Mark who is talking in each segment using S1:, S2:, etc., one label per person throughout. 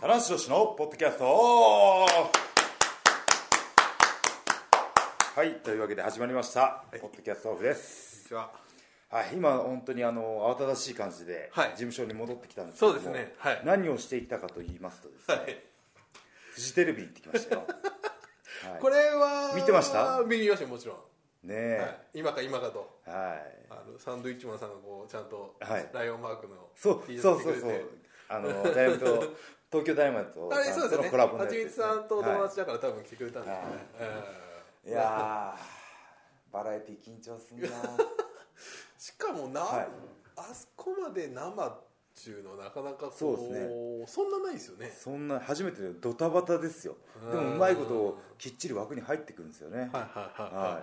S1: 棚橋宏のポッドキャストはいというわけで始まりました、ポッドキャストオフです
S2: こんにちは
S1: はい今本当にあの慌ただしい感じで
S2: はい
S1: 事務所に戻ってきたんですけども
S2: そうですねはい
S1: 何をしていたかと言いますとですね、フジテレビに行ってきました よはい
S2: これは
S1: 見てました
S2: 見ましたよもちろん、
S1: ね
S2: は
S1: え、
S2: い、今か今かと
S1: はい
S2: あのサンドウィッチマンさんがこうちゃんと
S1: はい
S2: ライオンマークの
S1: そう
S2: T シ
S1: そ
S2: ャ
S1: う
S2: ツ
S1: そう
S2: 着てく
S1: そ
S2: れ
S1: う
S2: て
S1: あのダイヤモンド東京ダイヤモンド
S2: あれそうです
S1: さんと
S2: よね
S1: のコラボの
S2: は
S1: やつ
S2: ちみ
S1: で
S2: つ
S1: すね
S2: さんとお友
S1: は
S2: 達だから多分来てくれたんですよね、
S1: いいやーバラエティ緊張すんな
S2: うんしかもな、
S1: はい
S2: あそこまで生っていうのはなかなかこう
S1: そうですね
S2: そんなないですよね
S1: そんな初めてのドタバタですよでもうまいこときっちり枠に入ってくるんですよね
S2: はい
S1: は
S2: はい
S1: い
S2: はい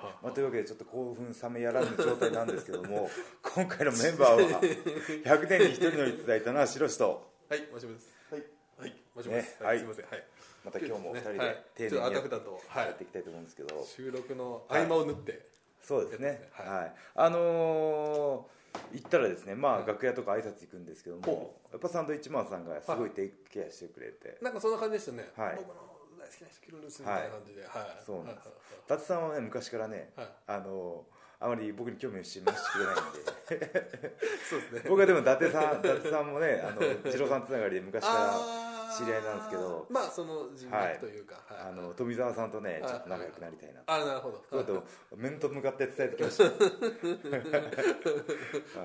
S2: はい、
S1: まあ、というわけでちょっと興奮冷めやらぬ状態なんですけど も今回のメンバーは100年に1人のいただいたのは白石と
S2: はい、もしもです。はい、はい、もしもです。
S1: ね
S2: は、
S1: はいい
S2: すみません。はい。
S1: また今日もお二人で
S2: はい
S1: 丁寧
S2: ちょっとあ
S1: にや
S2: た
S1: っ
S2: ふたと、は
S1: やっ
S2: い
S1: て。いきたいと思うんですけど
S2: 収録の合間を縫って。
S1: そうですね、
S2: は
S1: はいいあのー行ったらですね、ま
S2: は
S1: あ、
S2: い
S1: 楽屋とか挨拶行くんですけども
S2: ほ、
S1: やっぱサンドイッチマンさんがすごいテイクケアしてくれて、
S2: なんかそんな感じでしたね。
S1: はい
S2: 僕の大好きな人キロルスみたいな感じで。はい。
S1: そうなんです
S2: は
S1: 伊達さんはね、昔からね、
S2: はい
S1: あのーあまり僕に興味を示してくれないんで、
S2: い。そうです ね。
S1: 僕はでも伊達さん、伊達さんもね、あ の二郎さんつながりで昔か
S2: あ
S1: 知
S2: ー
S1: り合いなんですけど
S2: まあその人
S1: はい
S2: 脈というか。
S1: ら、
S2: は
S1: あ
S2: い
S1: の富澤さんとね、
S2: はい
S1: ちょっと仲良くなりたいな
S2: あ、なるほど。
S1: そう
S2: はい
S1: と、面と向かって伝えて きました。はい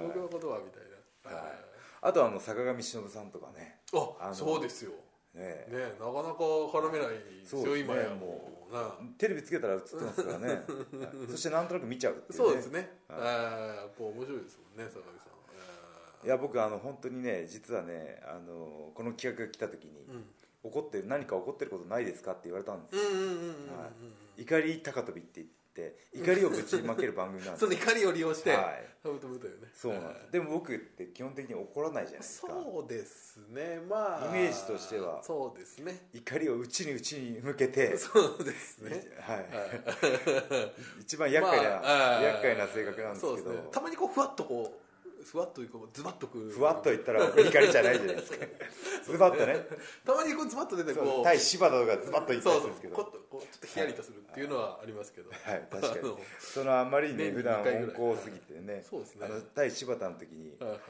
S2: 僕のことはみたいな。
S1: はい
S2: はい
S1: あとはあの坂上忍さんとかね、あ
S2: あ、
S1: の
S2: そうですよ。
S1: ね
S2: ね、なかなか絡めないです
S1: そう
S2: よ
S1: ですね
S2: 今やもうな。
S1: テレビつけたら映ってますから ね、はいそしてなんとなく見ちゃうっていうね
S2: そうですね。
S1: はい
S2: ああ、こう面白いですもんね、坂上さん。あー
S1: いや僕あの本当にね実はねあのこの企画が来た時に、
S2: うん
S1: 怒って何か怒ってることないですかって言われたんです
S2: う
S1: よ、
S2: んうんうんうんうん
S1: はい怒り高跳びって言って怒りをぶちまける番組なんです
S2: そ
S1: よ
S2: の怒りを利用して、
S1: はい
S2: ハブトムというね
S1: そうなんですでも僕って基本的に怒らないじゃないですか
S2: そうですねまあ
S1: イメージとしては
S2: そうですね
S1: 怒りを内に内に向けて、
S2: そうですね
S1: はい一番厄介な、
S2: まあ
S1: 厄介な性格なんですけ
S2: そ
S1: ど
S2: うねたまにこうふわっとこうふわっとこうズバッとくる
S1: ふわっと言ったら怒りじゃないじゃないです かズバッとね
S2: たまにこうズバッと出て
S1: そう
S2: こう
S1: 対柴田とかズバッと
S2: そ
S1: 言
S2: う
S1: った
S2: そ
S1: りする
S2: う
S1: んですけ
S2: こ
S1: ど
S2: っとこうちょっとヒヤリとするっていうのはありますけど
S1: はい、確か
S2: あ
S1: に
S2: の
S1: そのあんまりね
S2: 年に
S1: 普段
S2: 二回ぐらい
S1: 温厚すぎてね
S2: そうですね
S1: あの対柴田の時に
S2: はいはいは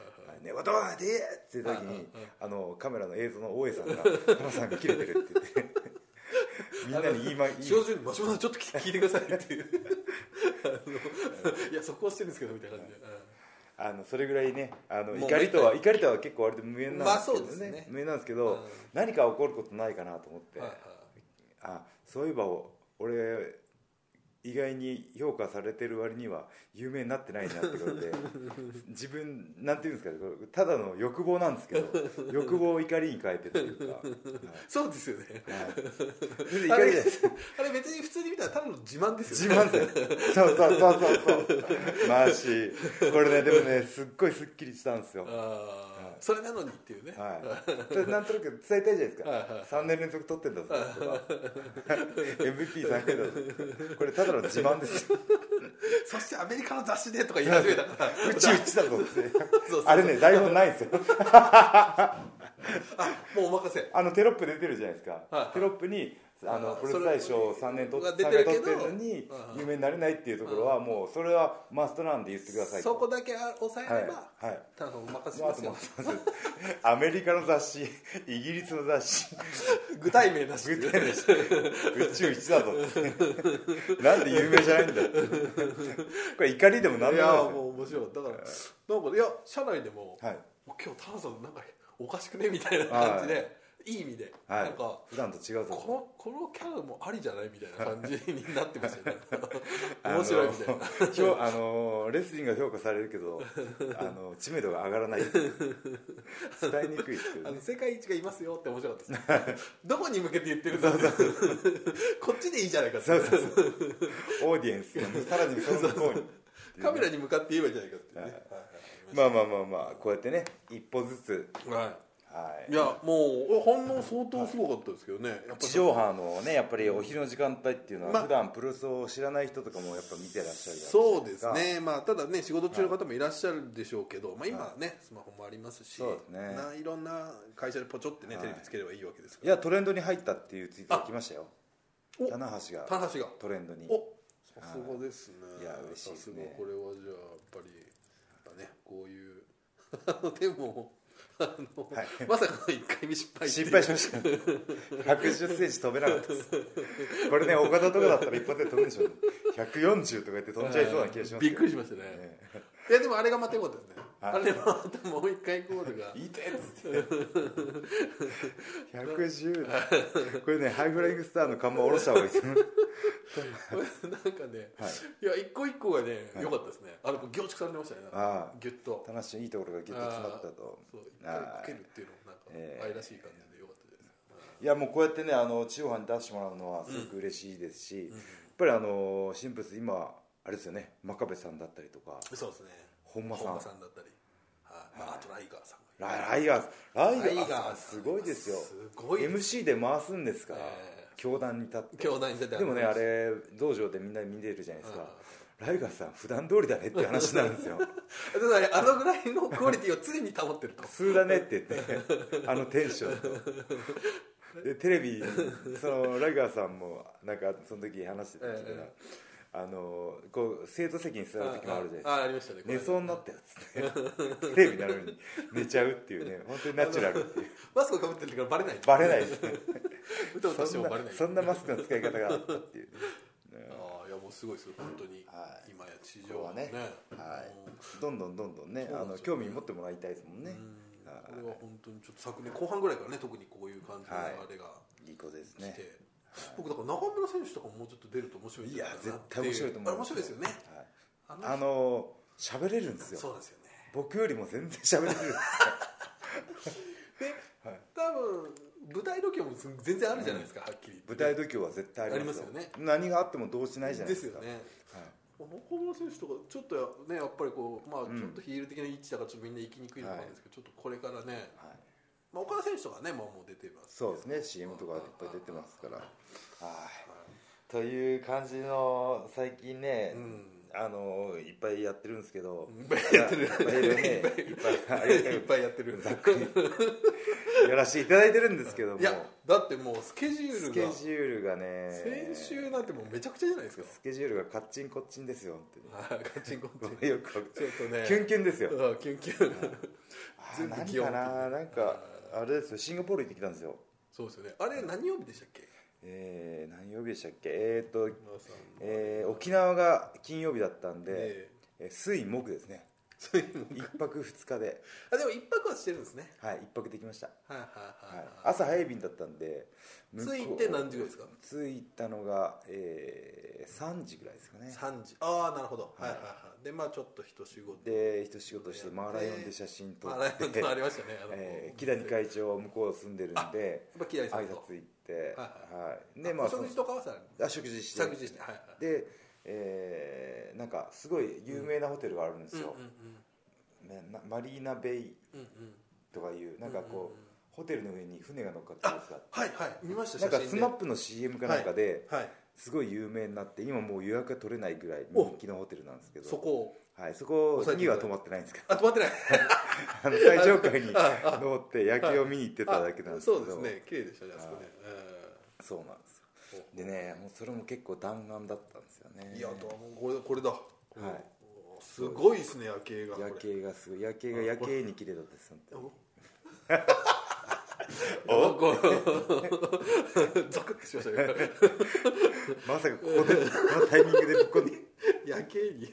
S1: 「
S2: い
S1: ね言葉で!」って言った時
S2: はいはい
S1: にあのカメラの映像の大江さんが「浜さんが切れてる」って言って みんなに言いま言い
S2: 塩潤に「松本さんちょっと聞いてください」っていうあのいやそこはしてるんですけどみたいな感じで、うん
S1: あのそれぐらいねあの
S2: もう
S1: 怒りとは怒りとは結構割と無縁なんですけど
S2: まあそうです
S1: ね
S2: ね
S1: 無縁なんですけ
S2: うん
S1: ど何か起こることないかなと思って
S2: はいはい
S1: あそういえばお俺意外に評価されてる割には有名になってないなってこと で自分なんていうんですかねこれただの欲望なんですけ ど欲望を怒りに変えてというか、はい
S2: そうですよね
S1: それで
S2: あ
S1: 怒り
S2: れ
S1: です
S2: あれ別に普通に見たらただの自慢です
S1: 自
S2: よね
S1: 慢ですそうそうそうそう そうマーシーこれねでもねすっごいすっきりしたんですよ
S2: あーそれなのにっていうね、
S1: はい、それなんとなく伝えたいじゃないですか、
S2: はいはい
S1: 3年連続取ってんだぞとか MVP3 回だぞこれただの自慢ですよ
S2: そしてアメリカの雑誌でとか言い始めたから
S1: うちうちだぞって
S2: そうそう
S1: あれね台本ないんですよ
S2: あもうお任せ
S1: あのテロップ出てるじゃないですか、
S2: はい
S1: テロップにあ
S2: あ
S1: の
S2: ー
S1: プロレス大賞
S2: そ
S1: 3
S2: れ
S1: 年取っ
S2: 出
S1: 三
S2: てる
S1: 回
S2: け
S1: 取
S2: ど
S1: ってるのに
S2: うん
S1: 有名になれないっていうところはもうそれはマストなんで言ってください
S2: そ
S1: と
S2: こだけ抑え
S1: はい
S2: れば、
S1: はい
S2: ただお任せし
S1: もうあ
S2: ま
S1: と
S2: す
S1: もう
S2: よ
S1: そうですアメリカの雑誌イギリスの雑誌
S2: 具体名なし
S1: 具体名して宇宙一だぞってなんで有名じゃないんだってこれ怒りでも何
S2: い
S1: で
S2: や
S1: もないですよ
S2: もう面白いだから、なんかいや社内でも、
S1: はい
S2: 今日タナさんなんかおかしくねみたいな感じで、、
S1: はい
S2: い意味で、
S1: はい
S2: なんか
S1: 普段と違うぞと
S2: このこのキャラもありじゃないみたいな感じになってま したよね面白いみたいな
S1: あの評あのレスリングが評価されるけどあの知名度が上がらないっていう伝えにくいっていう
S2: あ
S1: ね
S2: の世界一がいますよって面白かったですどこに向けて言ってるんだってこっちでいいじゃないかって
S1: そうそうそうオーディエンスがさらにその向こうに
S2: カメラに向かって言えばいいじゃないかっていうね
S1: まあまあまあまあこうやってね一歩ずつ
S2: はい、はい
S1: ははい
S2: いやもう反応相当すごかったですけどね、やっぱ
S1: 地上波のねやっぱりお昼の時間帯っていうの
S2: ま
S1: は
S2: あ
S1: 普段プロレスを知らない人とかもやっぱ見てらっしゃるじゃ
S2: そう
S1: ない
S2: ですね、まあ、ただね仕事中の方もいらっしゃるでしょうけど、まあ、今ねスマホもありますし、
S1: そうですね
S2: ないろんな会社でポチョってね、
S1: はい
S2: テレビつければいいわけですか
S1: い
S2: ら
S1: やトレンドに入ったっていうツイートが来ましたよ
S2: お
S1: 棚橋が
S2: 棚橋が
S1: トレンドに
S2: おさすがですね
S1: いや嬉しいですね
S2: さがこれはじゃあやっぱりやっぱねこういう あのでもあの、
S1: はい
S2: まさかの1回目失敗っていう
S1: 失敗しました110センチ飛べなかったですこれね岡田とかだったら一発で飛ぶんでしょうね140とか言って飛んじゃいそうな気がします
S2: びっくり
S1: し
S2: しましたねいやでもあれがまた良かったですね、
S1: はい
S2: あれはまたもう一回ゴールが
S1: いいてっつって110これねハイフライングスターの看板下ろした方がいいですね
S2: これ なんかね、
S1: はい
S2: い、や一個一個がね良かったですねあの凝縮されてましたね
S1: ああ
S2: ギュッと
S1: 棚橋のいいところがギュッと詰まったと
S2: そう一回
S1: ああ
S2: かけるっていうのもなんか
S1: ええ
S2: 愛らしい感じで良かったです、
S1: いやもうこうやってねあの地方に出してもらうのはすごく嬉しいですし、やっぱりあのシンプルス今あれですよね真壁さんだったりとか
S2: そうですね
S1: 本間さん
S2: さんだったり、はいまあ、あとライガーさんも
S1: ラライガースライガー
S2: ライガー
S1: さんすごいですよ
S2: すごいで
S1: MC で回すんですから、
S2: ええ
S1: 教壇に立って
S2: 兄弟に出て
S1: でもねあ
S2: の
S1: れ道場でみんな見てるじゃないですかライガーさん普段通りだねって話なんですよ
S2: ただねあのぐらいのクオリティを常に保ってると
S1: 普通だねって言ってあのテンションとでテレビそのライガーさんもなんかその時話してた時から、
S2: え
S1: あのこう生徒席に座る時もあるじゃないですか
S2: ああありましたねこれ
S1: 寝そうになったやつってテレビになるのに寝ちゃうっていうね本当にナチュラルっていう
S2: マスクかぶってるからバレない
S1: バレないです ね
S2: 歌を歌して
S1: そん
S2: もバレな
S1: ないそんなマスクの使い方があったっていうね
S2: ああいやもうすごいですよ本当に、
S1: はい
S2: 今や地上波
S1: ここははいどんどんどんどんね
S2: そうな
S1: あ
S2: ん
S1: の
S2: ですよ
S1: 興味持ってもらいたいですもんね
S2: うん
S1: は
S2: これは本当にちょっと昨年後半ぐらいからね特にこういう感じの
S1: はい
S2: あれが
S1: いいい子です
S2: 来て、
S1: ね
S2: 僕だから中村選手とかももうちょっと出ると面白いん
S1: い
S2: じゃ
S1: や
S2: ないか
S1: 絶
S2: なって
S1: 対面白いと思
S2: あ
S1: う
S2: れ面白いですよね
S1: はい
S2: あの人
S1: あの喋れるんです
S2: そう
S1: よ
S2: ですよね
S1: 僕よりも全然喋れるんですよ
S2: で
S1: はい
S2: 多分舞台ロケも全然あるじゃないですか、はっきり
S1: 舞台度胸は絶対ありますよ
S2: ありますよね
S1: 何があっても動じないじゃないで
S2: で
S1: すす
S2: よ
S1: か
S2: ね
S1: はい
S2: 中村選手とかちょっとやねやっぱりこうまあ
S1: うん
S2: ちょっとヒール的な位置だからちょっとみんな行きにくいのもあるんですけど、ちょっとこれからね、
S1: はい
S2: まあ、岡田選手とかね、まあ、もう出てます
S1: そうですね CM とかいっぱい出てますからはいという感じの最近ね、
S2: うん
S1: あのいっぱいやってるんですけど、
S2: いっぱいやってる
S1: いっぱいねいっぱい
S2: いっぱいやってる
S1: ざっくりや らせていただいてるんですけども
S2: いやだってもうスケジュ
S1: ス
S2: ー
S1: ケ
S2: ルが
S1: ジュールがね
S2: 先週なんてもうめちゃくちゃじゃないですか
S1: スケジュールがカッチンコッチンですよ本当に
S2: はいガチン コンチン
S1: ごめんよくわかん
S2: ちょっとね
S1: キュンキュンですよ
S2: うんキュンキュン
S1: あー
S2: 全部
S1: 何
S2: 気温
S1: かななんかあれですよシンガポール行ってきたんですよ
S2: そうですよねあれ何曜日でしたっけ
S1: えー、何曜日でしたっけえー、っと、
S2: 野田さん
S1: えー沖縄が金曜日だったんで、
S2: ええ
S1: えー水木ですね
S2: そういうの
S1: 一泊二日 で、
S2: あでも一泊はしてるんですね
S1: はい、一泊できました、
S2: はいは
S1: はい
S2: はいい、はい
S1: 朝早い便だったんで向こう
S2: 着いて何時ぐらいですか
S1: 着いたのが、えー、3時ぐらいですかね
S2: 3時ああなるほど、
S1: は
S2: はいい、はいはいでまあちょっと一仕事
S1: で一仕事して
S2: やって
S1: マーライオンで写真撮
S2: まあ
S1: っ
S2: ライオン
S1: て
S2: とありましたねあ の
S1: えー木谷会長は向こう住んでるんで
S2: やっぱ木谷さん
S1: 挨
S2: と
S1: 拶行って、
S2: はい
S1: はいでまあ
S2: お食事とかはさ
S1: そのあ食事して
S2: 食事してはいはい
S1: で、えー、なんかすごい有名なホテルがあるんです
S2: うんうん
S1: よ、ねなマリーナベイ
S2: うんうんうん
S1: とかいうなんかこう,、
S2: うんうんうん
S1: ホテルの上に船が乗っかってるやつがあって
S2: はいはい見ました
S1: なんか
S2: 写
S1: ス
S2: 真で
S1: マップの CM かなんかで、
S2: はい
S1: すごい有名になって今もう予約が取れないぐらい人気のホテルなんですけど
S2: そこを
S1: はい、そこ
S2: 抑えて
S1: に
S2: くだ
S1: は
S2: さい
S1: 泊まってないん ですけど
S2: あ止まって ない
S1: あの最上階に登って夜景を見に行ってただけなんですけど
S2: あそうですね綺麗でしたねあそこね
S1: そうなんですよ
S2: うん
S1: でねもうそれも結構弾丸だったんですよね
S2: いやどうもこれこれだ
S1: い
S2: おすごいですね夜景がこれ
S1: 夜景がすごい夜景が夜景に綺麗だったです本当に
S2: おこうゾクッとしましたね
S1: まさかここ でこのタイミングでここに
S2: 夜景に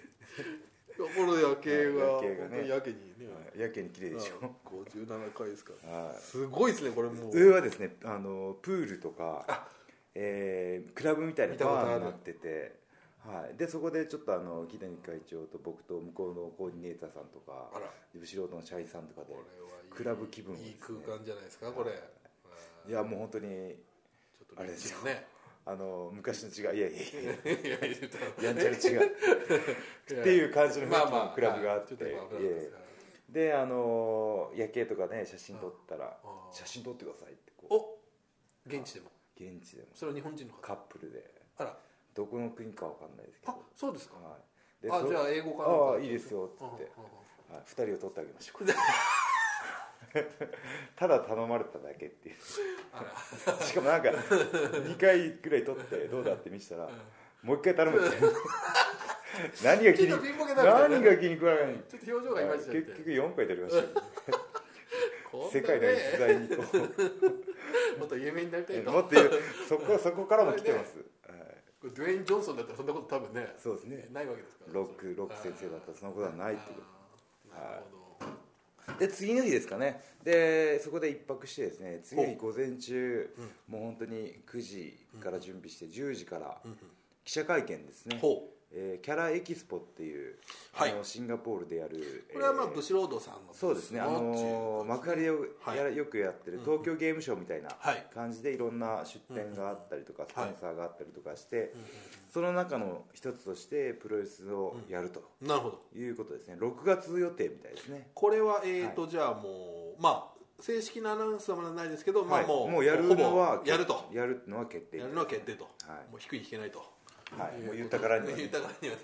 S2: この夜景が
S1: はい夜景がね
S2: 本当にやけにね
S1: 夜景に綺麗でしょ
S2: 五十七回ですから
S1: はい
S2: すごいですねこれもう
S1: 上はですねあのプールとか、えークラブみたいな
S2: 見たことある
S1: バーになってて、はい、でそこでちょっとあの木谷会長と僕と向こうのコーディネーターさんとか
S2: あら
S1: 素人の社員さんとかで
S2: これはいい
S1: クラブ気分をです
S2: い
S1: ね
S2: い空間じゃないですかこれうん
S1: いやもう本当に
S2: ちょっ
S1: あれですよ
S2: ね
S1: あの昔の違いいやいやい
S2: いやいや言うと
S1: ややんちゃり違うっていう感じの雰囲気の
S2: まあまあ
S1: クラブがあって
S2: ちょっと今危なかったです
S1: であの夜景とかね写真撮ったら
S2: あ
S1: 「
S2: ー
S1: 写真撮ってください」ってこ
S2: お現地でも
S1: う現地でも
S2: それは日本人の方
S1: カップルで
S2: あら
S1: どこの国かわかんないですけど
S2: あそうですか
S1: はいで
S2: あ
S1: と
S2: じゃあ英語か
S1: ああいいですよっつ
S2: ああ
S1: って
S2: あ
S1: はい二人を撮ってあげましょ
S2: あ
S1: う ただ頼まれただけっていう
S2: あら
S1: しかもなんか2回くらい撮ってどうだって見せたら
S2: うん
S1: もう一回頼むって何が気
S2: ち
S1: に
S2: ょっとピンポケだみたいな
S1: 何が気に食わない
S2: ちょっと表情がいまいちだって
S1: 結局4回撮りましたよ
S2: こんなね
S1: 世界の逸材にこ
S2: もっと有名になりたいうと
S1: もっと言うそ こそこからも来てます、はい
S2: これドゥエイン・ジョンソンだったらそんなこと多分ね
S1: そうですね
S2: ないわけですから
S1: ロックロック先生だったらそんなことはないってこ
S2: あーなるほど
S1: とで次の日ですかねでそこで一泊してですね次の日
S2: お
S1: 午前中、
S2: うん
S1: もう本当に9時から準備して10時から
S2: うん
S1: 記者会見です
S2: うん
S1: ね、
S2: ほ
S1: えーキャラエキスポっていう、
S2: はい
S1: あのシンガポールでやる
S2: うこれはまあ
S1: えー
S2: ブシロードさんの
S1: そうですね、あのー幕張でやらよくやってる東京ゲームショーみたいな
S2: はい
S1: 感じでいろんな出店があったりとかスポンサーがあったりとかしてその中の一つとしてプロレスをやると
S2: なるほど
S1: いうことですね6月予定みたいですね
S2: これはえーとじゃあもうまあ正式なアナウンスはまだないですけどまあ
S1: はい
S2: もう
S1: もうやるの
S2: ほ
S1: は
S2: ぼやると
S1: やるのは決定
S2: やるのは決定と
S1: はい
S2: もう低い引けないと
S1: はいもう言ったからにはね
S2: 言ったからにはね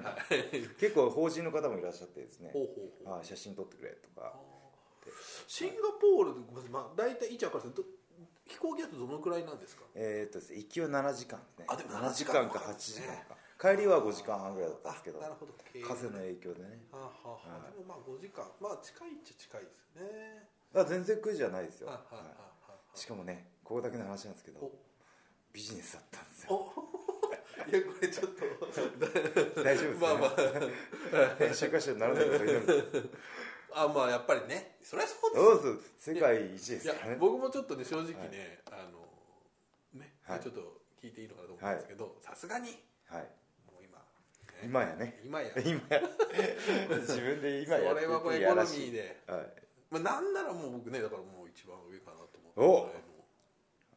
S2: はい
S1: 結構法人の方もいらっしゃってですね
S2: ほうほうほ
S1: あ
S2: う
S1: 写真撮ってくれとか
S2: シンガポールでごめんなさいまあ大体いちゃうからど飛行機だとどのくらいなんですか
S1: えーっとですね行きは7時間ですね
S2: あでも7
S1: 7
S2: 時
S1: 時
S2: 間
S1: 間か8時間か帰りは5時間半ぐらいだったんですけど
S2: なるほど
S1: 風の影響でね
S2: はあはあはあ
S1: はい
S2: でもまあ5時間まあ近いっちゃ近いですよね
S1: あ全然苦じゃないですよ、
S2: はあ
S1: は、
S2: はあはあはい
S1: しかもねここだけの話なんですけど
S2: お
S1: ビジネスだったんです
S2: あ
S1: よ
S2: お いやこれちょっと
S1: 大丈夫です
S2: ま
S1: か、
S2: あ
S1: ね
S2: ま
S1: 編集箇所にならないことになる
S2: ああまあやっぱりねそりゃそう
S1: ど
S2: で
S1: うぞ世界一ですす
S2: よい
S1: から
S2: や
S1: ね
S2: 僕もちょっとね正直ね、あのね、
S1: はい
S2: ちょっと聞いていいのかなと思うんですけどさすがに
S1: はい
S2: もう今
S1: 今やね
S2: 今や
S1: 今や自分で今や
S2: そ
S1: って
S2: れ
S1: て
S2: はもうエ
S1: い
S2: コ
S1: や
S2: ノ
S1: ら
S2: ミ
S1: しい
S2: ーで、
S1: はい、
S2: まあ、なんならもう僕ねだからもう一番上かなと思
S1: お
S2: って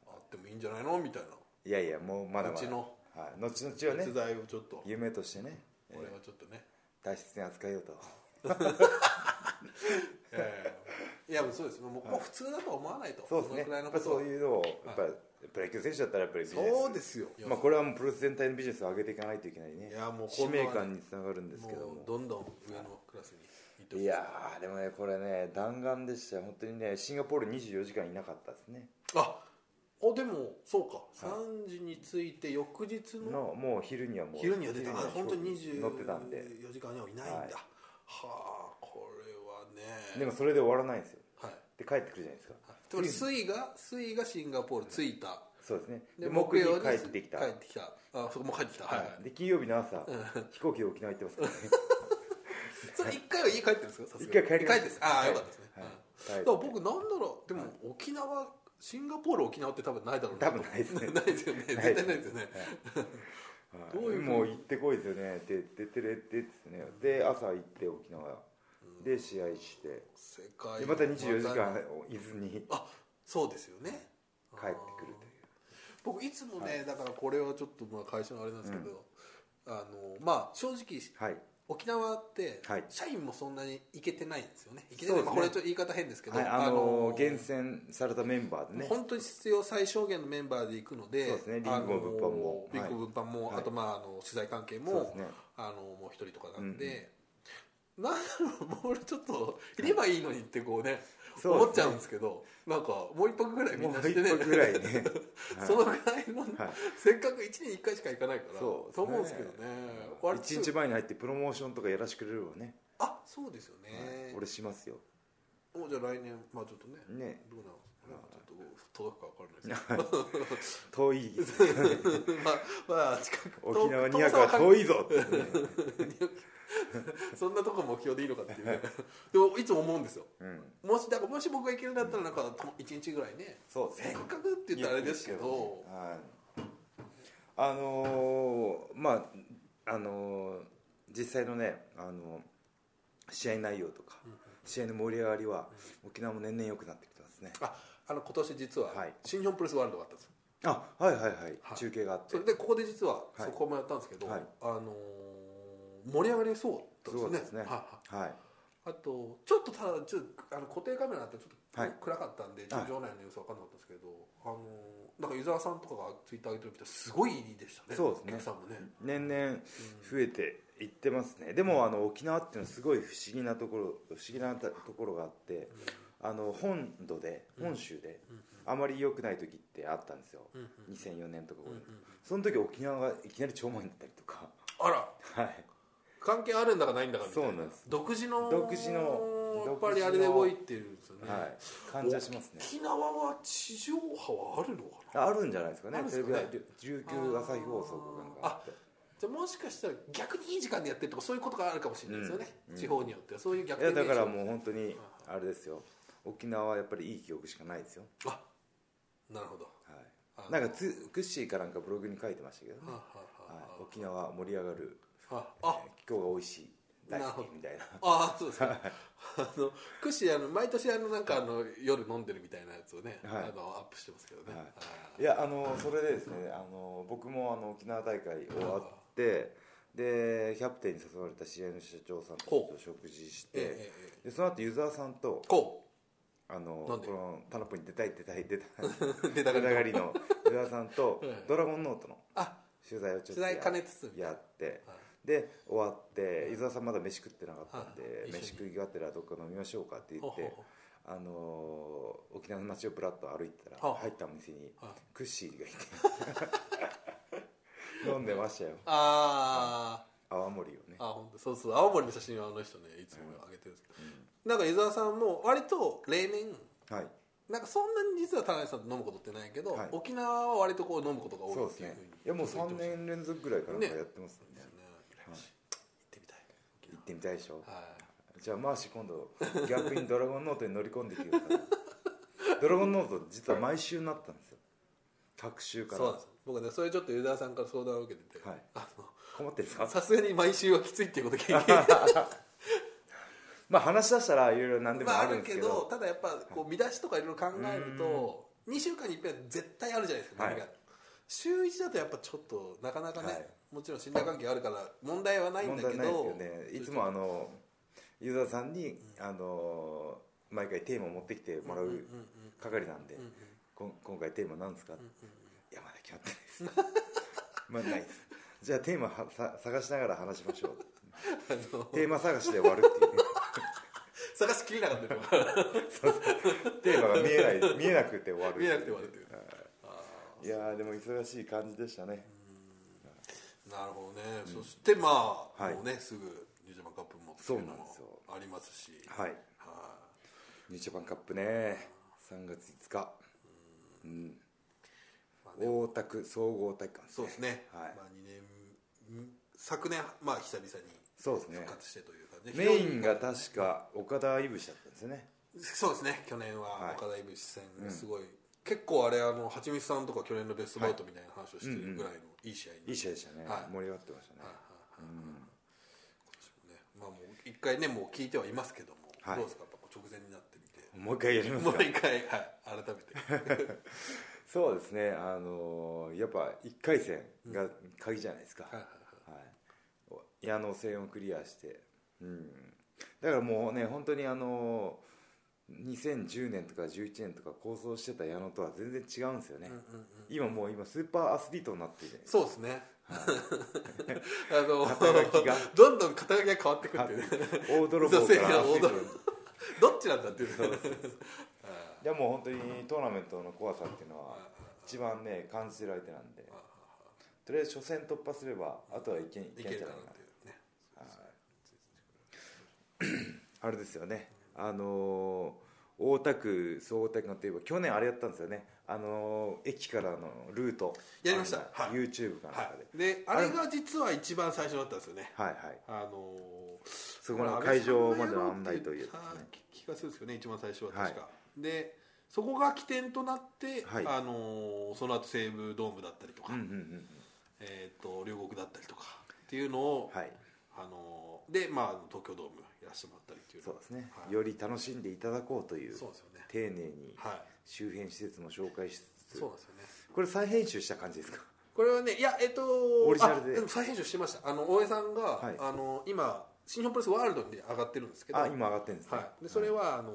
S2: あってもいいんじゃないのみたいない
S1: やいやもうまだまだ
S2: うちの
S1: はい、後々はね
S2: 手伝いをちょっと
S1: 夢としてね
S2: 俺はちょっとね、
S1: 大切に扱いようと
S2: ええいやもうそうですもうもう普通だとは思わないと
S1: そうですね
S2: このくらい
S1: や
S2: の
S1: っ
S2: こ
S1: ぱ
S2: と
S1: そういうのをやっぱ
S2: は
S1: プロ野球選手だったらやっぱりビジネス
S2: そうですよ
S1: まあ、これはもうプロレス全体のビジネスを上げていかないといけないね
S2: いやもう
S1: 使
S2: 今度はね
S1: 命感につながるんですけど
S2: も
S1: も
S2: うどんどん上のクラスに行ってほし
S1: いやーでもねこれね弾丸でしたよ本当にねシンガポール24時間いなかったですね
S2: ああでもそうか3時に着いて翌日の
S1: のもう昼にはもう
S2: 昼には出たあ本当に
S1: 飛行機乗ってたんで
S2: 24時間にはいないんだ
S1: はい
S2: はあこれはね
S1: でもそれで終わらないんですよ
S2: はい
S1: で帰ってくるじゃないですか
S2: つまり水が水がシンガポール着いた
S1: そうですね
S2: で
S1: で
S2: 木
S1: 木
S2: 曜
S1: 曜
S2: に
S1: 日帰ってきた
S2: 帰ってきたあそこもう帰ってきたはい、はい
S1: はいで金曜日の朝
S2: ん
S1: 飛行機で沖縄行って ますからね
S2: それ一回は家帰ってるんですかさすがに
S1: 一回帰りました
S2: 帰ってすああ、
S1: はい
S2: よかったですね、
S1: はい
S2: うんだから僕なんだろうでも沖縄シンガポール沖縄って多分ないだろう
S1: 多分ないですね
S2: ないですよね絶対ないですよね、
S1: はい
S2: どういうふうに
S1: もう行ってこいですよねででてれってですねで朝行って沖縄で試合して
S2: 世界
S1: でまた24時
S2: ま
S1: 間
S2: た
S1: 伊豆に帰って
S2: あそうですよね
S1: くるという
S2: 僕いつもね、だからこれはちょっとまあ会社のあれなんですけど、あのまあ正直
S1: はい
S2: 沖縄って
S1: はい
S2: 社員もそんなに行けてないんですよね行けて
S1: そう
S2: な
S1: ですね
S2: い、まあこれちょっと言い方変ですけど、
S1: はい、あの
S2: ー
S1: 厳選されたメンバーでね
S2: 本当に必要最小限のメンバーで行くので
S1: そうですねリン
S2: あ
S1: ク
S2: の
S1: も物販も
S2: リンクも物販も、
S1: はい
S2: あとまああの取材関係
S1: そうで
S2: も、
S1: すね
S2: あのもう一人とかなんで、なんだろうもうちょっといればいいのにってこうね
S1: そうですね
S2: 思っちゃうんですけどなんかもう一泊ぐらいみん
S1: も
S2: な
S1: う
S2: し
S1: 一
S2: てね
S1: 泊ぐ らいね
S2: そのぐらいの、
S1: はい
S2: せっかく1年1回しか行かないから
S1: そう
S2: と思うんですけどね割と
S1: 一日前に入ってプロモーションとかやらしてくれればね、
S2: あそうですよ
S1: はい
S2: ね、
S1: 俺しますよ
S2: もうじゃあ来年まあちょっとね
S1: ね
S2: どうなのちょっと届くか分からないです
S1: 遠い
S2: けど まあまあ近く
S1: 沖縄
S2: 遠
S1: 200
S2: さは
S1: は
S2: 関
S1: 遠いぞってね、
S2: そんなとこ目標でいいのかっていうね でもいつも思うんですよ
S1: うん、
S2: もしだからもし僕が行けるんだったらなんかと一日ぐらいね
S1: そうです
S2: せっ
S1: ね
S2: かくって言ったらあれですけど
S1: はいあのーまああのー実際のね、あのー試合内容とか、試合の盛り上がりは沖縄も年々良くなってきてますね
S2: ああの今年実は
S1: はい
S2: 新日本プロレスワールドがあったんですよ
S1: あはいはいはい、
S2: はい
S1: 中継があって
S2: それでここで実は
S1: はい
S2: そこもやったんですけど、
S1: はい
S2: あのー盛り上がりそうだったん
S1: そ
S2: ですよ
S1: う
S2: ね
S1: ですね
S2: はいはい
S1: はい
S2: あとちょっとただちょっとあの固定カメラだったらちょ
S1: は
S2: っ
S1: い
S2: と暗かったんで、ちょっと場内の様子分かんなかったんですけど、あのなんか湯沢さんとかがツイッター上げてるみたいすごいいいでしたね
S1: そうですね
S2: お客さんもね、
S1: 年々
S2: うん
S1: 増えていってますねでもあの沖縄っていうのはすごい不思議なところ不思議なところがあってあの本土で本州で
S2: うん
S1: あまり良くない時ってあったんですよ
S2: うんうんうん
S1: 2004年とか5
S2: うんう
S1: 年
S2: ん
S1: その時沖縄がいきなり超満員だったりと か
S2: あら
S1: はい
S2: 関係あるんだかないんだかみたいな
S1: そうなんです
S2: 独自の
S1: 独自の
S2: やっぱりあれで動いてるんですよね、
S1: はい感じはしますね
S2: 沖縄は地上波はあるのかな
S1: あるんじゃないですか
S2: あ
S1: ね
S2: るんで
S1: テレ
S2: すか
S1: ビ
S2: ね
S1: は19朝日放送かなんかあって
S2: じゃあもしかしたら逆にいい時間でやってるとかそういうことがあるかもしれないですよね、
S1: うんうん
S2: 地方によってはそういう逆
S1: いや
S2: 転
S1: だ
S2: 現象
S1: からもう本当にあれですよ沖縄はやっぱりいい記憶しかないですよ、
S2: あなるほど
S1: は
S2: あ
S1: い、なんかつクッシーかなんかブログに書いてましたけどね、
S2: はあは
S1: はい、沖縄盛り上がる
S2: あはあ
S1: えー
S2: は
S1: 今日が美味しい大
S2: なるほ
S1: 好
S2: ど
S1: きみたいな
S2: あああそうですかあのくしあの毎年あのなんかあの夜飲んでるみたいなやつをね、
S1: はい
S2: あのアップしてますけどね、
S1: はい
S2: あー
S1: いやあのそれでです ねあの僕もあの沖縄大会終わってでキャプテンに誘われた CN 社長さんたちと
S2: ほ
S1: 食事して、
S2: えええええ
S1: でその後湯沢さんと
S2: えこ
S1: あの
S2: なんで
S1: このタナポに出たい出たい出たい
S2: う出た
S1: 出
S2: が
S1: たが
S2: り
S1: りの湯沢さんと
S2: ええ
S1: ドラゴンノートの
S2: あ
S1: 取材をちょっ
S2: 取
S1: とや
S2: 材兼ねつつみたいな
S1: やって
S2: はい
S1: で終わって伊沢さんまだ飯食ってなかったん
S2: はい
S1: で
S2: 一緒に
S1: 飯食いがてらどっか飲みましょうかって言
S2: ほう
S1: っ
S2: ほう
S1: て
S2: ほう
S1: あのー沖縄の街をぶらっと歩いてたら
S2: はあ
S1: 入ったお店に
S2: はい
S1: クッシーがいて 飲んでましたよ
S2: あー
S1: 泡盛をね
S2: あ本当そうそう青森の写真はあの人ねいつも上げてるんですけど、なんか湯沢さんも割と例年
S1: はい
S2: なんかそんなに実は田辺さんと飲むことってないけど、
S1: はい
S2: 沖縄は割とこう飲むことが多
S1: そう
S2: いっ
S1: です
S2: ていう
S1: ね
S2: ふうに
S1: いやもう
S2: ちょっと
S1: 3
S2: 言ってまし
S1: 年連続ぐらいからなんかやってます
S2: た
S1: ね
S2: ね
S1: はい
S2: 行ってみたい沖
S1: 行ってみたいでしょ
S2: 縄はい
S1: じゃあマーシー今度逆にドラゴンノートに乗り込んできてくださいドラゴンノート実は毎週になったんですよ各週から
S2: そうなんです僕はねそれちょっと湯沢さんから相談を受けてて、
S1: はい
S2: あ
S1: 困ってるんです
S2: の
S1: か
S2: さすがに毎週はきついっていうこと経験が
S1: まあ話し出したらいろいろ 何でも
S2: まあ
S1: あ
S2: あ
S1: るん
S2: る
S1: です
S2: け
S1: け
S2: ど
S1: ど,、
S2: ただやっぱこう見出しとかいろいろ考えると2週間に一遍は絶対あるじゃないですか、
S1: はい
S2: 何か週1だとやっぱちょっとなかなか
S1: は
S2: ね、
S1: い
S2: もちろん信頼関係あるから問題はないん
S1: 問
S2: だ
S1: 題
S2: け
S1: ないです
S2: ど
S1: よねいつもあのユーザーさんに、あの毎回テーマを持ってきてもら
S2: うんうん
S1: う係なんで、
S2: うんうん
S1: こん今回テーマなんですか、
S2: うんうん
S1: いやまだ決まってないです まだないですじゃあテーマはさ探しながら話しまし ょう
S2: あの
S1: テーマ探しで終わるっていうね
S2: 探しきれなかったよあ
S1: テーマが見えない見えなくて終わるって
S2: 見え
S1: いう
S2: なく て終わるっていう
S1: はいいやーでも忙しい感じでしたね、
S2: ーなるほどね、そしてまあ、
S1: はい
S2: もうねすぐニュージャパンカップもって
S1: そう
S2: いう
S1: なん
S2: のも
S1: ですよ
S2: ありますし
S1: はい
S2: はい
S1: ニュージャパンカップね3月5日、うん
S2: まあね
S1: 大田区総合体育館
S2: そうですね、
S1: はい
S2: まあ、2年ん昨年、まあ、久々に
S1: そうですね
S2: 復活してという感じで、
S1: メインが確か岡田いぶしだったんですよね
S2: そうですね去年
S1: は
S2: はい岡田井口戦すごい、結構あれあのちみつさんとか去年のベストバウトみたいな話をしてるぐらいのいい試合に、
S1: いい試合でしたね、
S2: はい
S1: 盛り上がってましたね、
S2: はいはいはい今年もねまあもう一回ねもう聞いてはいますけども、
S1: はい
S2: どうですかやっぱこう直前になってみて
S1: もう一回やります
S2: もう
S1: か
S2: 一回、はい、改 めて
S1: そうですねあのーやっぱ1回戦が鍵じゃないですか、
S2: はいはい
S1: はい、矢野戦をクリアして、うん、だからもうね本当にあの2010年とか11年とか構想してた矢野とは全然違うんですよね、
S2: うんうんうん
S1: 今もう今スーパーアスリートになってるじゃないです
S2: そうですね あの
S1: 肩書きが
S2: どんどん肩書きが変わってくるっていうね
S1: か大泥棒からアスリートに
S2: そうどっちなんだっていうね
S1: いやもう本当にトーナメントの怖さっていうのは一番ね感じてる相手なんでとりあえず初戦突破すればあとはいけんい
S2: い
S1: け
S2: け
S1: ん
S2: る
S1: じゃ
S2: か
S1: な
S2: ないっ
S1: かな
S2: ていうね
S1: あれですよね、あのー大田区総合体育館といえば去年あれやったんですよね、あのー駅からのルート
S2: やりました
S1: あの
S2: はい
S1: YouTube かなん
S2: は
S1: かで、
S2: いであれが実は一番最初だったんですよね
S1: はい、はい
S2: あのー
S1: そこの会場までの案内というやつ
S2: 安倍さん
S1: ですね
S2: がやろうって言った気がするんですけどね一番最初は確か、でそこが起点となって、
S1: はい
S2: あのーその後西武ドームだったりとか、
S1: うんうんうん
S2: えー、と両国だったりとかっていうのを、
S1: はい
S2: あのーで、まあ、東京ドームやらせてもらったりっていう
S1: そ
S2: の
S1: うですね、
S2: はい
S1: より楽しんでいただこうという
S2: そうですよね
S1: 丁寧に
S2: は
S1: 周辺施設も紹介し
S2: い
S1: つつ
S2: そうなんですよね
S1: これ再編集した感じですか
S2: これはねいやえっと
S1: オリジナルで
S2: あも再編集してましたあの大江さんが、
S1: はい
S2: あの今新日本プロレスワールドに上がってるんですけど
S1: あ今上がってるんですね、
S2: はい、でそれはあのー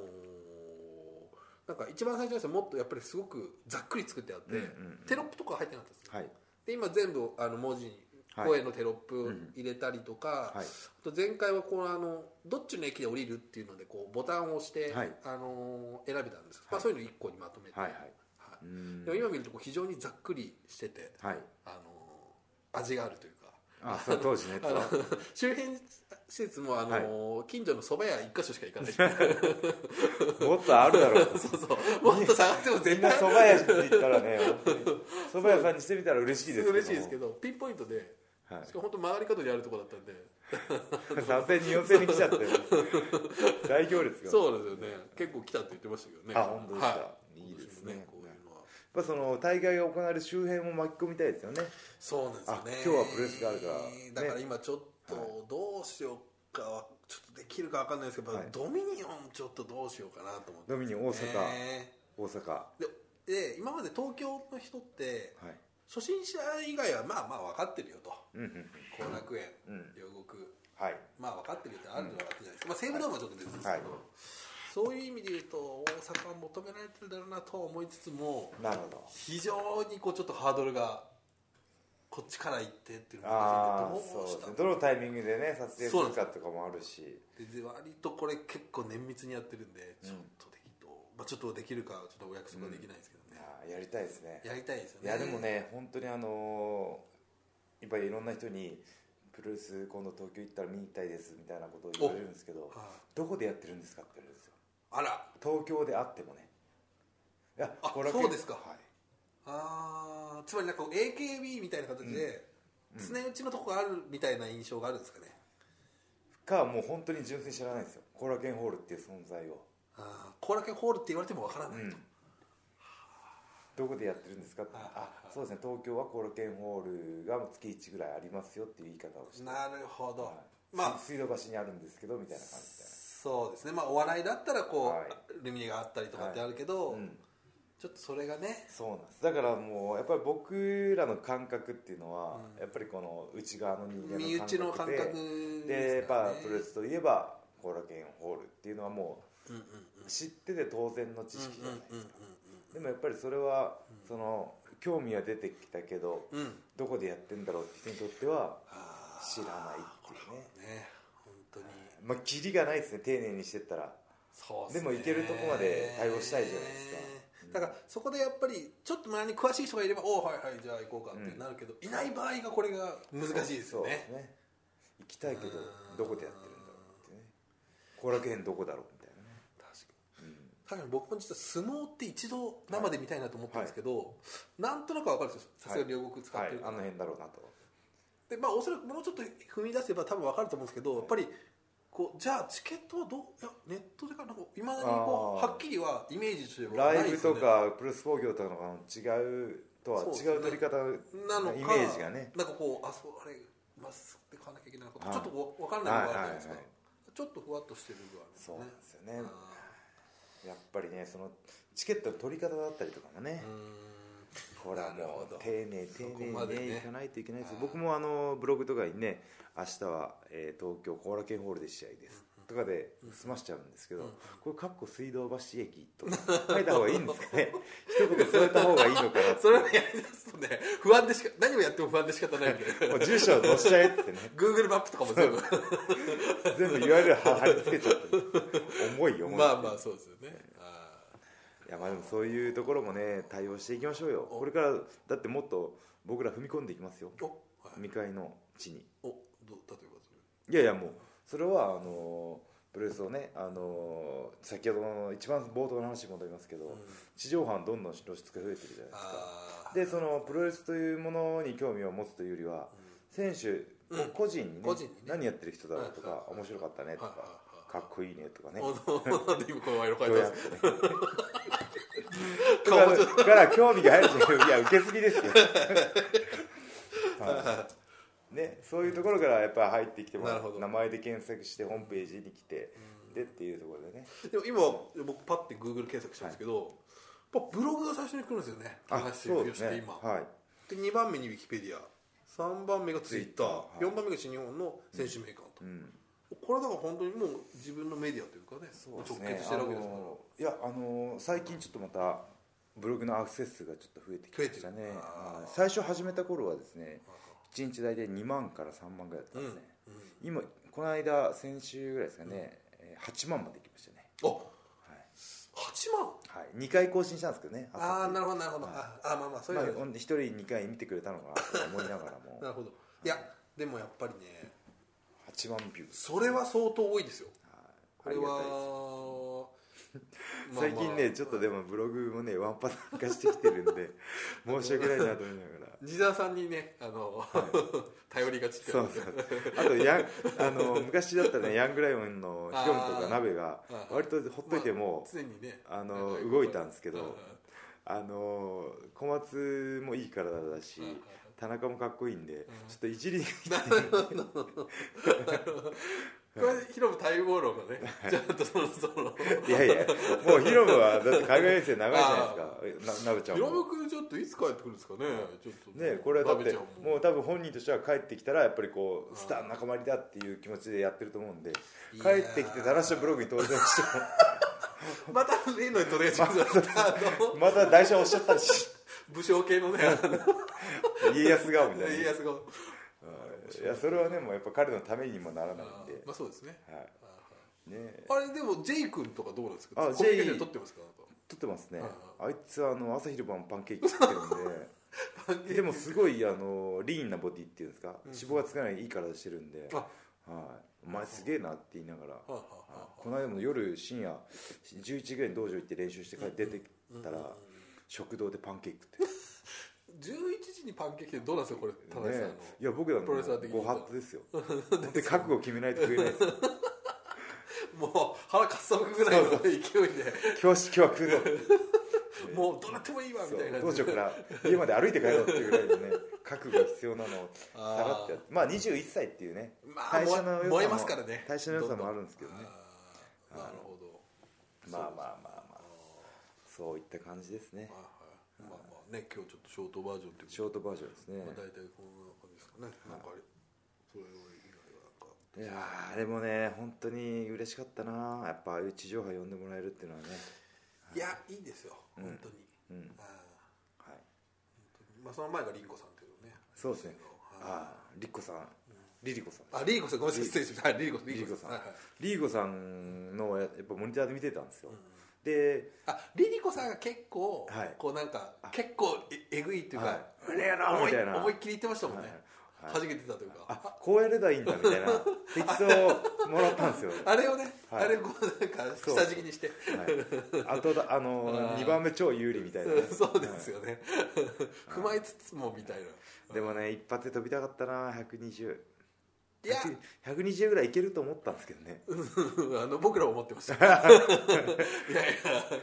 S2: なんか一番最初のやつはもっとやっぱりすごくざっくり作ってあって、
S1: うんうんうん
S2: テロップとか入ってなかったんですよ
S1: はい
S2: で今全部あの文字に
S1: はい
S2: 声のテロップを入れたりとか、
S1: はい
S2: あと前回はこうあのどっちの駅で降りるっていうのでこうボタンを押して、
S1: はい
S2: あのー選べたんです、
S1: は
S2: ま
S1: い
S2: あ、そういうの1個にまとめて、
S1: はいはいう
S2: は
S1: うー
S2: い
S1: ん
S2: でも今見るとこう非常にざっくりしてて、
S1: はい
S2: あのー味があるというか。
S1: あそれ当時のやつ
S2: あの
S1: は
S2: 周辺施設もあの、近所の蕎麦屋1か所しか行かない
S1: もっとあるだろうと
S2: そうそうもっと探しても
S1: みん
S2: 絶
S1: な
S2: 対
S1: 蕎麦屋って言ったら ね本当に蕎麦屋さんにしてみたら嬉しいですけども
S2: 嬉しいです けどピンポイントで
S1: はい
S2: しかも本当曲がり角にあるとこだったんで
S1: 三千二四千に来ちゃ ったよ大行列がやっ
S2: そうですよね結構来たって言ってましたけどね
S1: あ本当ですか
S2: はい
S1: いですね
S2: こういうのは
S1: ぱその大会が行われる周辺も巻き込みたいですよね
S2: そうなんですよ
S1: あ
S2: ね
S1: 今日はプレスがあるからね
S2: だから今ちょっと
S1: はい
S2: どうしようかはちょっとできるかわかんないですけど、
S1: はい
S2: ドミニオンちょっとどうしようかなと思って
S1: ドミニオン大阪、
S2: ね
S1: 大阪は
S2: でで今まで東京の人って
S1: い
S2: 初心者以外はまあまあ分かってるよと
S1: うんうん
S2: 後楽園、
S1: うん
S2: 両国
S1: はい
S2: まあ分かってるってあるのは分かってないです、まあ、西武ドームはちょっと別ですけど、
S1: はい
S2: そういう意味で言うと大阪は求められてるだろうなとは思いつつも
S1: なるほど
S2: 非常にこうちょっとハードルがこっちから行ってっていうのが
S1: ああ
S2: 難
S1: そうで
S2: しいんでどうし
S1: す
S2: た
S1: ね
S2: の
S1: どのタイミングでね撮影するかとかもあるし
S2: でで割とこれ結構綿密にやってるんでちょっとできと、まあ、ちょっとできるかはちょっとお約束はできないですけどね、
S1: あーやりたいですね
S2: やりたいですよ
S1: い
S2: ね
S1: やでもね本当にあのーやっぱりいろんな人にプロレス今度東京行ったら見に行きたいですみたいなことを言われるんですけど
S2: はい
S1: どこでやってるんですかって言われるんですよ
S2: あら
S1: 東京であってもねいや
S2: あ
S1: 後楽園
S2: そうですか
S1: はい
S2: あーつまりなんかこう AKB みたいな形で常打ちのとこがあるみたいな印象があるんですかね、
S1: かもう本当に純粋に知らないんですよ後楽園ホールっていう存在を
S2: ああ後楽園ホールって言われてもわからないと、
S1: うんどこでやってるんですかって
S2: はいはいはい
S1: あそうですね東京は後楽園ホールが月1ぐらいありますよっていう言い方をして
S2: なるほど、
S1: はい
S2: まあ
S1: 水水道橋にあるんですけどみたいな感じで
S2: そうですねまあお笑いだったらこう、
S1: はい
S2: ルミネがあったりとかってあるけど、
S1: うん
S2: ちょっとそれがね
S1: そうなんですだからもうやっぱり僕らの感覚っていうのは、
S2: うん
S1: やっぱりこの内側の人間の
S2: 身内の感覚
S1: で
S2: で
S1: や
S2: す
S1: っ
S2: から
S1: ぱ
S2: ね
S1: プロレスといえば後楽園ホールっていうのはも
S2: うんうんうん
S1: う知ってて当然の知識じゃないですか、
S2: うん
S1: でもやっぱりそれは、その興味は出てきたけど
S2: うんうんうん
S1: どこでやってんだろうって人にとっては
S2: あー
S1: 知らないっていうね
S2: ね本当に
S1: まあキリがないですね丁寧にしてったら
S2: そうっ
S1: でも行けるとこまで対応したいじゃないですかうん
S2: だからそこでやっぱりちょっと周りに詳しい人がいればおおはいはいじゃあ行こうかってなるけど、いない場合がこれが難しいです
S1: そ
S2: よ
S1: う
S2: ね
S1: 行きたいけど
S2: うん
S1: どこでやってるんだろうってね後楽園どこだろうみたいなね
S2: 確かに確かに僕も実は相撲って一度生で見たいなと思ったんですけど、なんとなくは分かるんですよさすがに両国使
S1: は
S2: っ
S1: い
S2: てる、か
S1: あ
S2: ら
S1: の辺だろうなと
S2: でまあおそらくもうちょっと踏み出せば多分分かると思うんですけどやっぱりこうじゃあチケットはどういやネットでかなんかいまだにこ
S1: あ
S2: う
S1: ー
S2: はっきりはイメージとしてはな
S1: ラ
S2: い
S1: イ
S2: で
S1: ブ
S2: すよ
S1: と
S2: ね
S1: かプロレス工業とかの違うとは
S2: そうですね
S1: 違う取り方
S2: な
S1: の
S2: のか
S1: イメージがね
S2: なんかこうあそうあれマスクで買わなきゃいけないのか
S1: はい
S2: ちょっとこう分からないのがあるじゃないですか、
S1: はいはい
S2: ちょっとふわっとしてる部分あるんです
S1: そうな
S2: ね
S1: んですよね
S2: あー
S1: やっぱりねそのチケットの取り方だったりとかもね
S2: うーん
S1: ほら
S2: なるほ
S1: も
S2: ど
S1: う丁寧
S2: そ
S1: 丁
S2: こ
S1: 寧
S2: まで
S1: に
S2: ね
S1: ね行かないといけないですよ
S2: あー
S1: 僕もあのブログとかにね明日は、えー東京後楽園ホールで試合ですとかで済ましちゃうんですけど、
S2: うんうん
S1: これ「かっこ水道橋駅」と か書いた方がいいんですかね一言添えた方がいいのかなって
S2: それをやりだすとね不安でしか何をやっても不安で仕方ないんで
S1: もう住所を載せちゃえってね
S2: Google マップとかも全部
S1: 全部 URL 貼り付けちゃってね重いよ重い、
S2: まあまあそうですよねあ
S1: いやまあでもそういうところもね対応していきましょうよこれからだってもっと僕ら踏み込んでいきますよ
S2: ーお、はい
S1: 未開の地に
S2: おどう例えばそれ
S1: いやいやもうそれはあのプロレスをね、あの先ほどの一番冒頭の話に戻りますけど、地上波のどんどん露出が増えてるじゃないですか
S2: あー
S1: でそのプロレスというものに興味を持つというよりは、選手
S2: うん
S1: 個人にね,、
S2: 個人にね
S1: 何やってる人だろうと
S2: はいは
S1: か
S2: い、はい
S1: 面白かったねとか、
S2: はいはいはい
S1: かっこいいねとかね、
S2: おどなんで今この前の
S1: ど
S2: 声
S1: う
S2: 出
S1: や
S2: す
S1: ってね
S2: 顔もちょっ
S1: だから興味が入るじゃないいや受けすぎですよ はいね、そういうところからやっぱ入ってきてもら
S2: なるほ
S1: う
S2: ど
S1: 名前で検索してホームページに来てでっていうところでね
S2: でも今僕パッて Google 検索したんですけど、やっぱブログが最初に来るんですよね高橋
S1: そうで
S2: 幸
S1: す
S2: 宏って
S1: ね
S2: 今、
S1: はい
S2: で2番目にウィキペディア3番目がツイッタ
S1: Twitter
S2: ー
S1: はい
S2: 4番目が新日本の選手名鑑
S1: う
S2: と、
S1: ん
S2: これだから本当にもう自分のメディアというかね
S1: そうですね
S2: 直結してるわけですか
S1: あ
S2: ら
S1: のいやあの最近ちょっとまたブログのアクセス数がちょっと増えてきました
S2: 増え
S1: ね
S2: てるあー
S1: はい最初始めた頃はですね1日大体2万から3万ぐらいだったんですね、今この間先週ぐらいですかね、えー8万まで行きましたね
S2: あ八8万
S1: はい、はい、2回更新したんですけどね
S2: ああーなる
S1: ほ
S2: ほどなるほど、
S1: はい
S2: ああまあまあそういう
S1: まあ、
S2: の
S1: ほんで1人2回見てくれたのか なとか思いながらも
S2: なるほどいやでもやっぱりね
S1: 8万ビュー
S2: それは相当多いですよ
S1: はい
S2: こ
S1: あ
S2: れ
S1: りがたいです
S2: は
S1: 最近ねちょっとで
S2: も
S1: もブログもねワンパターン化してきてるん で申し訳ないなと思いながら
S2: 地沢さんにねあの、頼りがちってい
S1: そうそうあとヤンあの昔だったらねヤングライオンのヒロムと
S2: あー
S1: か鍋が
S2: はい
S1: 割とほっといても、
S2: 常にね
S1: あ
S2: なん
S1: の
S2: か
S1: 動いたんですけ
S2: うんうん
S1: どあの小松もいい体だし
S2: うんうん
S1: 田中もかっこいいんでちょっといじりが
S2: これヒロム待望論がねちゃんとそのその
S1: いやいやもうヒロムはだって海外遠征長いじゃないですかななべちゃん
S2: ヒロム
S1: も。
S2: 君ちょっといつ帰ってくるんですかねちょっと
S1: ね、これはだっ
S2: 鍋
S1: て
S2: ちゃん
S1: もう多分本人としては帰ってきたらやっぱりこ
S2: うん
S1: うスターの仲間入りだっていう気持ちでやってると思うんで
S2: いやー
S1: 帰ってきてだらしのブログに登場して
S2: また例の取り上げてくださったあの
S1: も また台車押しちゃったりし
S2: 武将系のねあの
S1: 家康顔みたいな
S2: 家康が
S1: いやそれはねもうやっぱ彼のためにもならないんで、
S2: まあそうですね
S1: は
S2: あ
S1: い、ね
S2: あれでも J 君とかどうなんですか
S1: あ
S2: コミュニケーシ
S1: J
S2: ョン取ってますか
S1: 撮ってますね
S2: はい
S1: あいつはあの朝昼晩パンケーキ食って
S2: パンケ
S1: るん で
S2: ーキ
S1: でもすごいあのリーンなボディっていうんですか
S2: うん
S1: 脂肪がつかないいい体してるんで、
S2: あ
S1: はい、お前すげえなって言いながら、
S2: はあはあ
S1: はい
S2: は
S1: この間も夜深夜11時ぐらいに道場行って練習して帰って出てきたら、
S2: うんうんうん
S1: 食堂でパンケーキ食って
S2: 11時にパンケーキってどうなんですかこれ田中さん
S1: ね
S2: の、
S1: いや僕らの
S2: プロレスラー的に
S1: ご法度ですよ で覚悟決めないと食えないですよ
S2: もう腹かっさばくぐらいの勢いで
S1: 今日し今日は食うぞ
S2: もうどうなってもいいわ
S1: そ
S2: みたいうな
S1: 道場から家まで歩いて帰ろうっていうぐらいのね覚悟が必要なのを
S2: あー
S1: さらってやってまあ21歳っていうね
S2: まあ
S1: 代謝の良さも
S2: 燃えますからね
S1: 代謝の良さもあるんですけどね
S2: あーなるほど
S1: まあまあまあまあそういった感じですね
S2: はいはいまあまあね今日ちょっとショートバージョンという
S1: ショートバージョンですね
S2: まあ、大体こんな感じですかね、なんかあれそれ以外はなんか
S1: いやーあれもね本当に嬉しかったなやっぱああいう地上波呼んでもらえるっていうのはね
S2: いやいいですよ、本当に、
S1: うん
S2: ああ
S1: はい
S2: 本当にまあその前がリンコさんっていうね
S1: そうですね
S2: はい
S1: ああリッコさんリリコさん
S2: あリーコさんごめんなさい失礼しましたはいリーコさん
S1: リリコさん
S2: はいはい
S1: リーゴさんのややっぱモニターで見てたんですよで
S2: あリリコさんが結構、
S1: はい
S2: こうなんか結構ええぐいっていうか、
S1: はいう
S2: れやな
S1: あ
S2: 思
S1: み
S2: い
S1: たいな
S2: 思いっきり言ってましたもんね、
S1: は
S2: はいじけてたというかあ
S1: あこうやればいいんだみたいな適当もらったんですよ
S2: れをね、
S1: はい
S2: あれをこうなんか
S1: そう
S2: 下敷きにして
S1: はい、あとだあの
S2: あー、
S1: 2番目超有利みたいな、ね
S2: そうですよね、踏まえつつもみたいな、
S1: でもね一発で飛びたかったな120
S2: いや
S1: 100 120ぐらいいけると思ったんですけどね
S2: あの僕らも思ってましたいやいや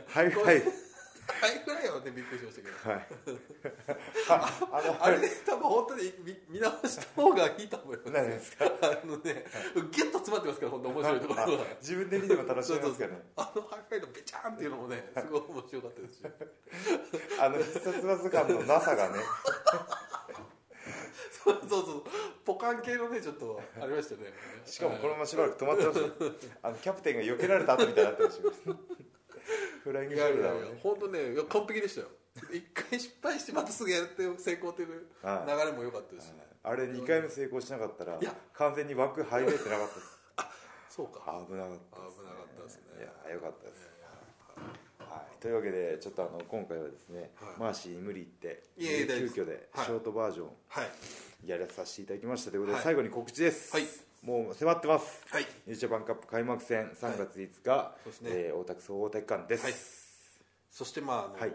S1: はい
S2: こ
S1: は
S2: れ
S1: い
S2: ハイフライはねびっくりしましたけど
S1: はいああの
S2: あれね多分本当に見見直した方がいいと思います
S1: 何です
S2: かあのねギュッと詰まってますから本当面白いところは
S1: あ自分で見ても楽し
S2: そ
S1: め
S2: う
S1: ま
S2: そう
S1: すか
S2: そう
S1: らね
S2: あのハイフライのベチャーンっていうのもねすごい面白かったですし
S1: あの必殺技感のなさがね
S2: そうそうそうポカン系のねちょっとありましたね
S1: しかもこのまましばらく止まってましたよあのキャプテンが避けられた後みたいになってましたよ フライング
S2: い
S1: シ
S2: や
S1: ョ
S2: い
S1: ルダ
S2: や
S1: ー
S2: い
S1: を
S2: や
S1: ね
S2: 本当ねいや完璧でしたよ一回失敗してまたすぐやって成功っていう流
S1: は
S2: れも良かったですしね
S1: あれ2回目成功しなかったら
S2: いや
S1: 完全に枠入れてなかったです
S2: そうか
S1: 危なかったです
S2: 危なかったですね
S1: いやよかったです、はい、というわけでちょっとあの今回はですね、
S2: はい
S1: マーシーに無理言って
S2: いえいえ大丈夫です
S1: 急遽で
S2: はい
S1: ショートバージョン
S2: はい
S1: やらさせていただきましたということで、
S2: はい
S1: 最後に告知です、
S2: はい
S1: もう迫ってます
S2: はい
S1: ニュージャパンカップ開幕戦3月5日、
S2: そうですね
S1: えー大田区総合体育館です
S2: そしてまあ、あのー
S1: はい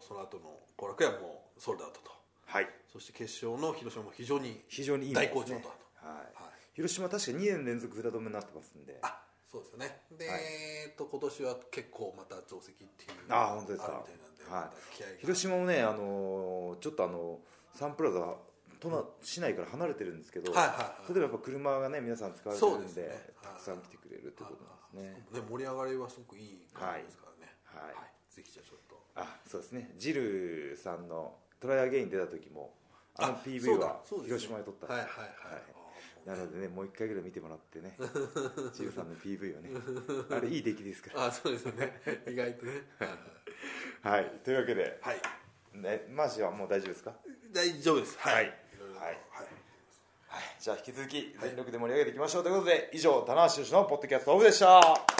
S2: その後の後楽園もソールドアウトと
S1: はい、
S2: そして決勝の広島も非常に、
S1: 非常にいい
S2: 大好調だと
S1: はい、
S2: はい、
S1: 広島確か2年連続札止めになってますんで
S2: あそうですよねで、
S1: はい
S2: えっと今年は結構また定石っていう
S1: あ本当ですか
S2: あるみたいなんで、
S1: はい
S2: また気合が
S1: 広島もね、あのーちょっとあのサンプラザ都内市内から離れてるんですけど、
S2: はいはいはい
S1: 例えばやっぱ車がね皆さん使われてるんで
S2: そうですね
S1: たくさん来てくれるってことなんですね
S2: ああね盛り上がりはすごくいい感じですからね
S1: はいはい
S2: ぜひじゃあちょっと
S1: あそうですねジルさんの「トライアゲイン」出た時もあの
S2: そ
S1: PV
S2: うだ
S1: は
S2: そうですね
S1: 広島で撮ったんで
S2: はい
S1: す
S2: はいはい、
S1: はい
S2: あ
S1: なのでねもう一回ぐらい見てもらってねジルさんの PV をねあれいい出来ですから
S2: ああそうですよね 意外とね
S1: はいというわけで、
S2: はい
S1: ね、マーシーはもう大丈夫ですか
S2: 大丈夫ですはい、
S1: はい
S2: ろろと
S1: はい
S2: はい
S1: じゃあ引き続き全力で盛り上げていきましょうということで、以上棚橋宏のポッドキャストオフでした